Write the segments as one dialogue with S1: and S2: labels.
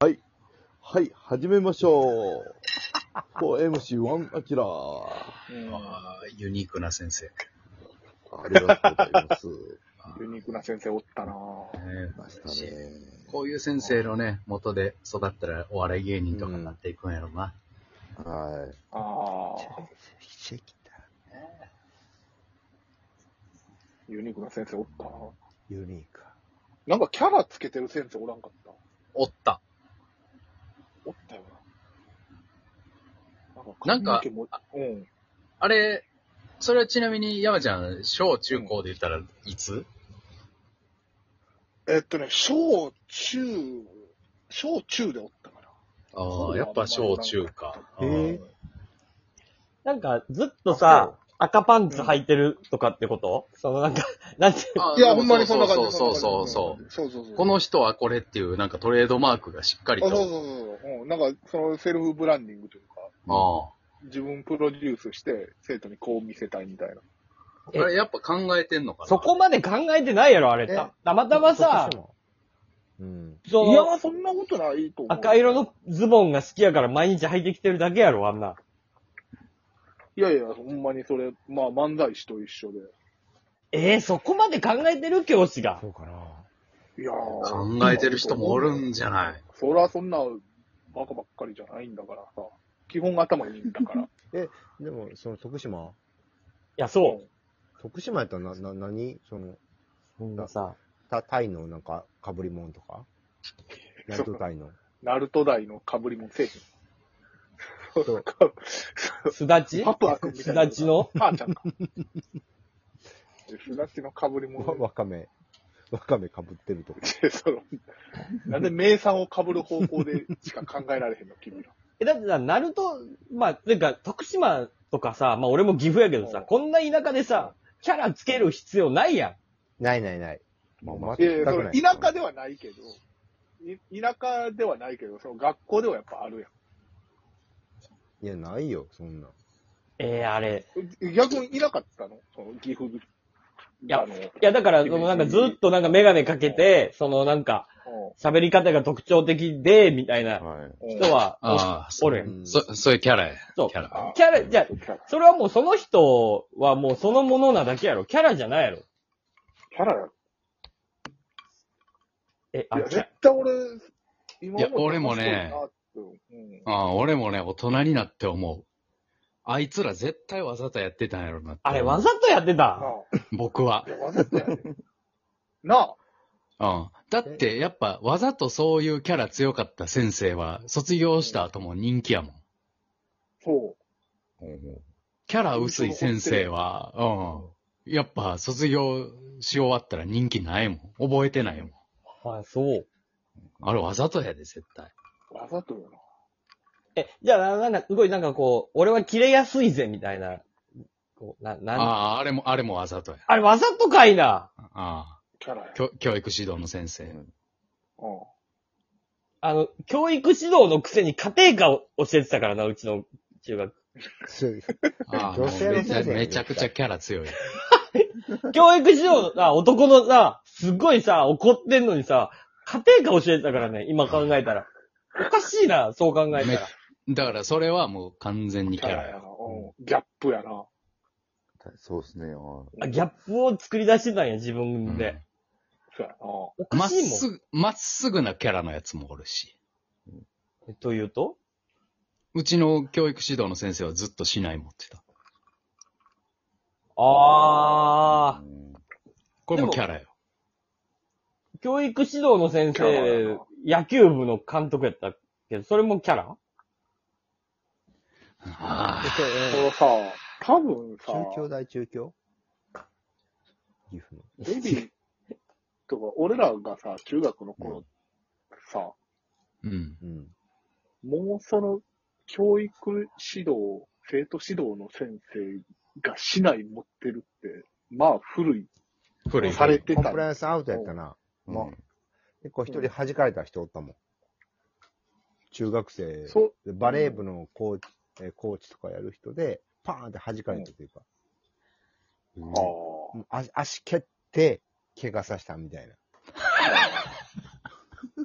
S1: はい。はい、始めましょう。4MC1 アキラ
S2: あーユニークな先生。
S1: ありがとうございます。
S3: ユニークな先生おったなぁ。
S2: ね
S1: ましたね。
S2: こういう先生のね、元で育ったらお笑い芸人とかになっていくんやろな。
S1: はい。
S3: ああ、ユニークな先生おったなぁ
S4: ユニーク。
S3: なんかキャラつけてる先生おらんかった。
S2: おった。
S3: おったよな。
S2: なんか
S3: 髪の毛もうん。
S2: あれ、それはちなみに山ちゃん、小中高で言ったらいつ
S3: えっとね、小中、小中でおったから。
S2: ああ、やっぱ小中か。
S4: へー
S2: あー
S5: なんか、ずっとさ、赤パンツ履いてるとかってこと、そのなんか、 なんていう
S2: あー
S3: いや、ほんまにそんな感じ。。
S2: そうそうそう。
S3: そうそうそうう。
S2: この人はこれっていうなんかトレードマークがしっか
S3: あ、
S2: り
S3: そ
S2: と。
S3: うそうそう。うん、なんか、そのセルフブランディングというか、
S2: あ
S3: 自分プロデュースして、生徒にこう見せたいみたいな。
S2: ーあれやっぱ考えてんのかな
S5: そこまで考えてないやろ、あれ。
S3: え
S5: たたまたまさ、
S4: うん。
S5: そ
S3: い
S5: の
S3: や、そんなことないと思う。
S5: 赤色のズボンが好きやから毎日履いてきてるだけやろ、あんな。
S3: いやいや、ほんまにそれ、まあ漫才師と一緒で。
S5: えー、そこまで考えてる教師が。
S4: そうかな。
S3: いやー
S2: 考えてる人もおるんじゃない
S3: そらそんなバカばっかりじゃないんだからさ。基本頭いいんだ から。
S4: でも、その徳島
S5: いや、そう。
S4: 徳島やったらな、な、何その、
S5: そんなさ、
S4: た、タイのなんか、かぶりもんとかナイトタイの。
S3: ナルト大の被りもせえへん。
S4: そう
S5: すだち
S3: パプア君みた
S5: す
S3: いな。
S5: だちの
S3: 母ちゃんか。すだちの被りも
S4: わわかめ、わかめかぶってるとか。
S3: せえそのなんで名産を被る方向でしか考えられへんの、 君ら。
S5: え、だってさ、ナルト、まあ、てか、徳島とかさ、まあ俺も岐阜やけど
S3: う
S5: さ、
S3: ん
S5: こんな田舎でさ、キャラつける必要ないやん。
S4: ないないない。もう
S3: いやい
S4: 全
S3: や、そ
S4: く
S3: の
S4: ない。
S3: 田舎ではないけど、い田舎ではないけど、その学校ではやっぱあるやん。
S4: いや、ないよ、そんな。
S5: えー、あれ。
S3: 逆にいなかったのその岐阜。い
S5: や
S3: あの、
S5: いや、だから、そのなんかずっとなんかメガネかけて、そのなんか、喋り方が特徴的で、みたいな
S4: はい。
S3: うん
S5: 人、は、
S2: ああ、
S5: おるやん。
S4: ん
S2: そ、そういうキャラや。
S5: そう
S2: キャラ。
S5: キャラ、じゃあ
S3: キ
S5: それはもうその人はもうそのものなだけやろ。キャラじゃないやろ。
S3: ャラや。
S5: え、
S3: い
S5: あ、
S3: や、
S5: キャ
S3: 絶対俺、今
S2: いや俺もね
S3: 面白いなってうん
S2: ああ、俺もね、大人になって思う。あいつら絶対わざとやってたんやろなって。
S5: あれわざとやって
S3: な
S5: た。
S3: あ
S2: 僕は。
S3: いや、わざとやで。なあ、
S2: うん。だって、やっぱ、わざとそういうキャラ強かった先生は、卒業した後も人気やもん。
S3: そ
S2: キャラ薄い先生は、うん。やっぱ、卒業し終わったら人気ないもん。覚えてないもん。
S5: はい、そう。
S2: あれわざとやで、絶対。
S3: う。わざとよな。
S5: え、じゃあ、なんか、すごいなんかこう、俺は切れやすいぜ、みたいな。こう、な、
S2: あ
S5: なん、
S2: あ、あれも、あれもわざとや。
S5: あれわざとかいな。
S2: あ
S3: キャラや
S2: あ。。教教育指導の先生。
S3: うん
S5: あの、教育指導のくせに家庭科を教えてたからな、うちの中学。
S4: そう
S2: ああ、も
S4: 女
S2: う
S4: 性の
S2: め
S4: 先
S2: ち
S4: 生
S2: ゃ
S4: やで
S2: めちゃくちゃキャラ強い。
S5: 教育指導のさ、男のさ、すっごいさ、怒ってんのにさ、家庭科教えてたからね、今考えたら。おかしいな、そう考えた
S2: め
S5: ら。
S2: だから、それはもう完全に
S3: キ
S2: キャ
S3: ャ
S2: ラ
S3: ラやな。。
S2: や
S3: うん。ギャップやな。
S1: そうですね。は
S5: あギャップを作り出してたんや、自分で。
S3: そうやな。
S5: お
S2: ま
S5: か
S2: っ
S5: しいもん。
S2: すぐ、まっすぐなキャラのやつもおるし。
S5: というと
S2: うちの教育指導の先生はずっと市内持ってた。
S5: ああ、
S2: これも
S5: でも
S2: キャラよ。
S5: 教育指導の先
S3: キャラ
S5: 生、野球部の監督やったけど、それもキャラ
S2: ああ。
S3: これさ、多分さ、
S4: 中京大中京岐阜の。
S3: エビーとか、俺らがさ、中学の頃、さ、
S2: うん。
S4: うん。
S3: もうその、教育指導、生徒指導の先生が市内持ってるって、まあ古い。
S2: 古い。
S3: されて
S4: コン
S3: た。
S4: プライアンスアウトやったな。
S1: うん
S4: まあ、結構一人弾かれた人おったもん。中学生。
S3: そう、
S4: でバレー部のコーチ、えーコーチとかやる人で、パーンって弾かれたというか、
S3: ああ。
S4: もう足足蹴って、怪我させたみたいな。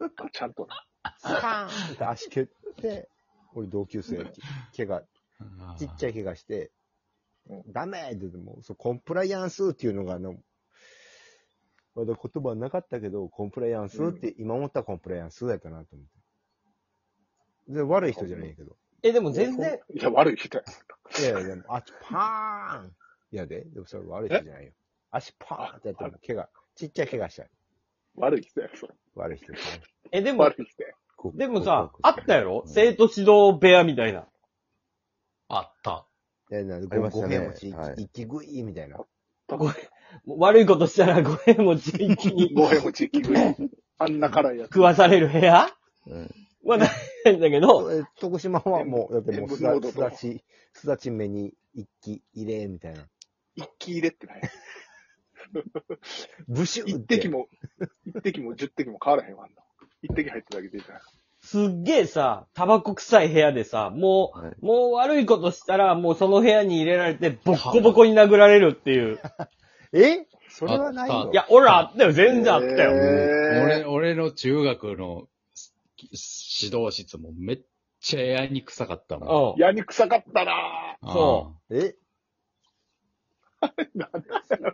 S3: あちゃんとな。
S6: スパン。
S4: で足蹴って、俺同級生、怪我、ちっちゃ
S2: い。
S4: い怪我して、ダメって言っても、そうコンプライアンスっていうのが、あの、まだ言葉はなかったけど、コンプライアンスって、今思ったコンプライアンスやったなと思って。で、悪い人じゃないけど。
S5: え、でも全然、
S3: いや、悪い人や。
S4: いやいや、でも、足パーンいやで、でもそれ悪い人じゃないよ。足パーンってやっても、怪我、ちっちゃい怪我したい。
S3: 悪い人や、それ。
S4: 悪い人じゃない。
S5: え、でも
S3: 悪、い人や。
S4: こう
S5: でもさ
S4: こ、う
S5: あ
S4: こう
S5: ったやろ生徒指導部屋みたいな。
S2: あった。
S4: え、なんで、
S1: ありまし
S4: ご
S1: た
S4: め
S1: ね
S4: ん持ち、
S1: はい
S4: 一気食い、みたいな。
S5: もう悪いことしたら5円も一気に
S3: ご へもち気食い。あんな辛いやつ。
S5: 食わされる部屋
S1: うん
S5: はないんだけど、
S4: え徳島はもう、だってもうすだ
S3: 塩分濃度、と
S4: すだち、すだち目に一気入れ、みたいな。
S3: 一気入れってない。
S4: ブシュー
S3: 一
S4: って
S3: 滴も、一滴も十滴も変わらへんわ、あんな。一滴入っただけでいいから。
S5: すっげえさ、タバコ臭い部屋でさ、も、
S1: はいう
S5: もう悪いことしたら、もうその部屋に入れられて、ボッコボコに殴られるっていう。
S4: えそれはない
S2: あ
S4: よ。
S5: いや、俺らあったよ、全然あったよ。
S2: 俺、
S3: え
S2: 俺の中学の指導室もめっちゃエアに臭かったもん。
S5: う
S3: ー、。
S5: ん
S3: やに臭かったな
S2: ああ
S5: そ
S4: え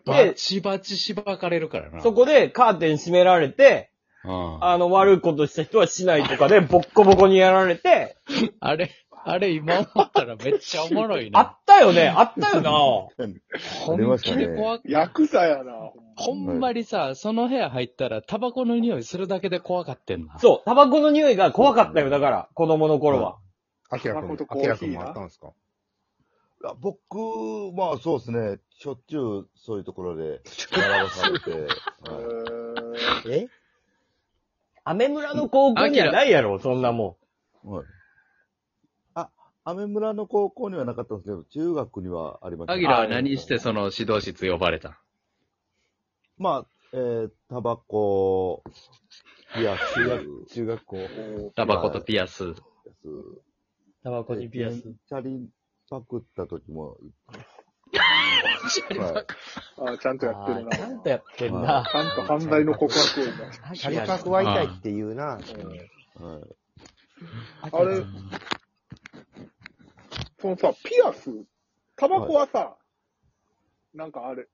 S2: バチバチしばかれるからな。
S5: そこでカーテン閉められて、
S2: うん
S5: あの、悪いことした人はしないとか で、ボッコボコにやられて、
S2: あれ、あれ今思ったらめっちゃおもろいな。
S5: あったよね、あったよ
S1: あり
S2: 本
S1: ました
S2: 気
S1: ね
S2: で怖く、
S3: ヤクザやなほんま
S2: ほんまにさ、その部屋入ったらタバコの匂いするだけで怖かってんな。
S5: な。そう、タバコの匂いが怖かったよ、だから、子供の頃は。
S4: アキラ
S3: タバコ
S4: 君
S3: と、
S4: ア
S3: コーヒ
S4: キ
S3: ー
S4: ラ君
S3: な
S4: もあったんですか
S1: あ僕、まあそうですね。しょっちゅうそういうところで並ばされて。はい
S3: え
S4: え
S5: アメ村の高校にはないやろ、そんなも
S1: はい。あ、アメ村の高校にはなかったんですけど、中学にはありました、
S2: アギラは何してその指導室呼ばれた
S1: まあ、えー、タバコ、ピアス、
S4: 中学校。
S3: ー
S2: タバコとピアス。
S5: ん。タバコ
S1: で
S5: にピアス
S1: チ。ャリパクった時も、 はい
S3: あちゃんとやってるな
S5: あーちゃんとやってんな
S1: は。
S3: ちゃんと犯罪の告白を今。
S4: シャリパクワイタイっていうな。
S1: はい。
S3: あれ、そのさ、ピアス、タバコはさ、なんかあれ、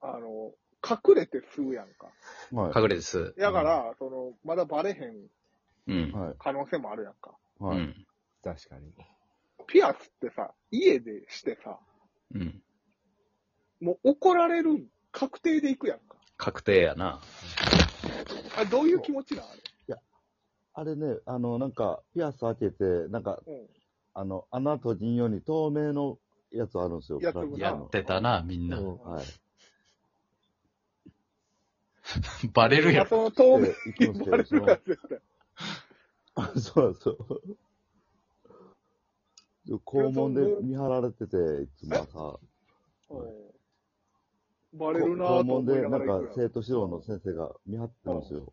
S3: あの、隠れて吸うやんか。
S1: はい。
S2: 隠れです。
S3: だか、ら、その、まだバレへん
S2: うん。
S1: はい。
S3: 可能性もあるやんか。
S2: う
S1: はい。
S2: ん。
S4: 確かに。
S3: ピアスってさ、家でしてさ、
S2: うん。
S3: もう怒られるん確定で行くやんか。
S2: 確定やな。
S3: あれどういう気持ちなんあれ。
S1: あれね、あの、なんか、ピアス開けて、なんか、
S3: うん
S1: あの、穴閉じんように透明のやつあるんですよ。
S3: やつもな
S2: やってたな、みん
S1: ブラ
S2: な
S1: ック。のはい。
S2: バレるや
S3: あそ
S2: ろ。
S3: の透明
S1: で行き
S3: に
S1: ま
S3: バレ
S1: すけ
S3: る
S1: ど
S3: やつやったよ
S1: あそうなんですよ。で肛門で見張られてて、いつも朝。
S3: うんバレるな
S1: 校
S3: ぁと
S1: 門
S3: 思い
S1: で、
S3: な
S1: な
S3: が
S1: ん
S3: ら行
S1: か
S3: くやん
S1: 生徒指導の先生が見張ってるんですよ。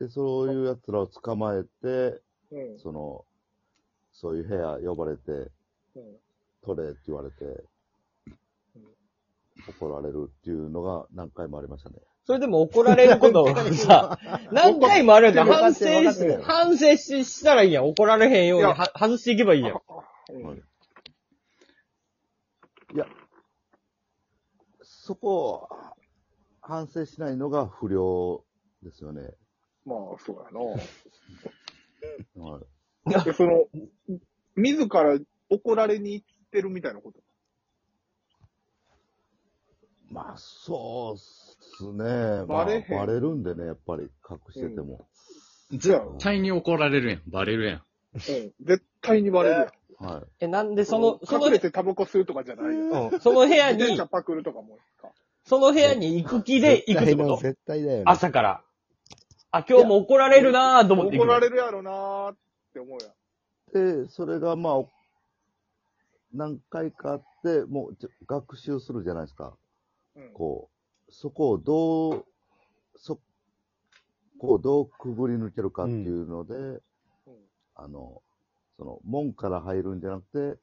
S1: で、そういう奴らを捕まえて、
S3: うん
S1: その、そういう部屋呼ばれて、
S3: うん
S1: 取れって言われて、怒られるっていうのが何回もありましたね。
S5: それでも怒られることを さ、何回もあるやん
S4: 分か
S5: 反
S4: っ
S5: 省
S4: てる分かってる
S5: し、反省ししたらいいやん。怒られへんように
S3: いや
S5: は外していけばいいやん。
S3: うん
S1: はいそこを反省しないのが不良ですよね。
S3: まあ、そうやな
S1: はい
S3: で、その、自ら怒られに行ってるみたいなこと。
S1: まあ、そうっすね。
S3: バレへん
S1: まあ、バレるんでね、やっぱり隠してても。
S2: 絶対に怒られるやん。バレるやん。
S3: うん。絶対にバレるやん。
S1: はい。
S5: え、なんでその、その
S3: 隠、れてタバコ吸うとかじゃないよ。
S5: うんその部屋
S3: 自転
S5: に
S3: 車、パクるとかもか。
S5: その部屋に行く気で行くってこと
S4: 絶対だよね。
S5: 朝から。あ、今日も怒られるなぁと思って行
S3: 怒
S5: く。
S3: られるやろなーって思うやん。
S1: で、それがまあ、何回かあって、もうちょ学習するじゃないですか。
S3: うん
S1: こう、そこをどう、そこをどうくぐり抜けるかっていうので、あの、その、門から入るんじゃなくて、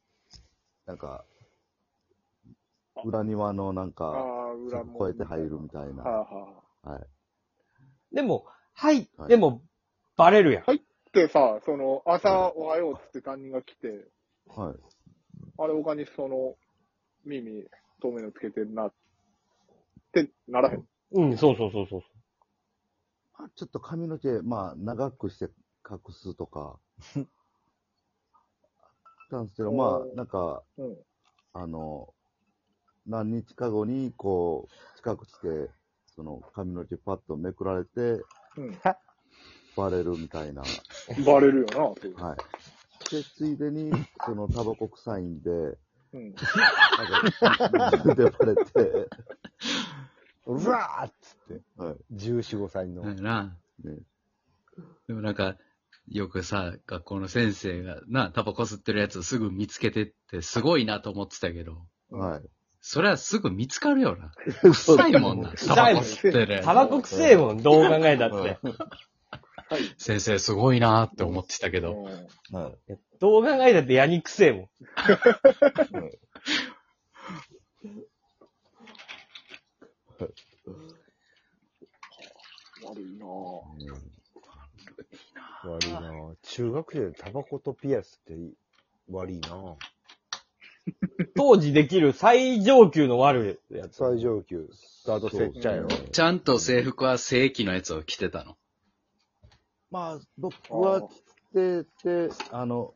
S1: なんか、裏庭のなん
S3: あ
S1: か、
S3: あー、裏も。
S1: 越えて入るみたい
S3: はあ
S1: な。
S3: はあ。
S1: はい。
S5: でも、入っ
S1: はい
S5: ても、バレるやん。
S3: でさ、その、朝、おはようっつって担任が来て、
S1: はい。
S3: あれ、他にその、耳、透明のつけてんな、ってならへん。
S5: うん、そうそうそうそう。
S1: まあちょっと髪の毛、まあ、長くして隠す とか。あったんですけど、ま
S3: おー
S1: あ、なんか、
S3: うん。
S1: あの、何日か後に、こう、近くして、その髪の毛パッとめくられて、
S3: うん。
S1: バレるみたいな。
S3: バレるよな、そういう。
S1: はい。で、ついでに、その、タバコ臭いんで、
S3: うん。
S1: なんか、でバレて、
S4: うわーっつって、
S1: はい。
S4: 14、5歳の。
S2: なんやな。
S1: ね
S2: でもなんか、よくさ、学校の先生が、な、タバコ吸ってるやつすぐ見つけてって、すごいなと思ってたけど、
S1: はい。
S2: それはすぐ見つかるよな。臭いもんな、タバコ吸ってるやつ
S5: タバコくせえもん、どう考えたって。
S2: 先生すごいなって思ってたけど、
S3: うん
S1: はい。
S5: どう考えたってヤニくせえもん。
S3: 悪いなぁ。
S4: 悪いなぁ中学生でタバコとピアスっていい悪いなぁ
S5: 当時できる最上級の悪いやつ。
S4: 最上級、スタートせっちゃよ。
S1: そう
S2: ちゃんと制服は正規のやつを着てたの。
S1: まあ、僕は着てて、あの、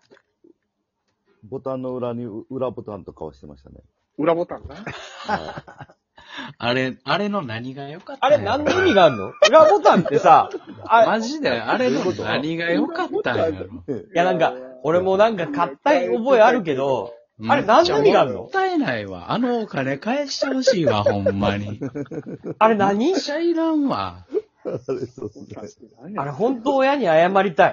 S1: ボタンの裏に裏ボタンとかはしてましたね。
S3: 裏ボタンな。
S1: は
S2: あれ、あれの何が良かった
S5: あれ、何の意味があんの裏ボタンってさ、あ
S2: マジで、あれの何が良かったん やろ。
S1: い。
S5: いやなんか、俺もなんか買った覚えあるけど、あれ何の意味がある
S2: も
S5: の
S2: ったいないわ。あのお金返してほしいわ、ほんまに。
S5: あれ何
S2: シャイらんわ。
S1: あれそうですね。
S5: あれ本当親に謝りたい。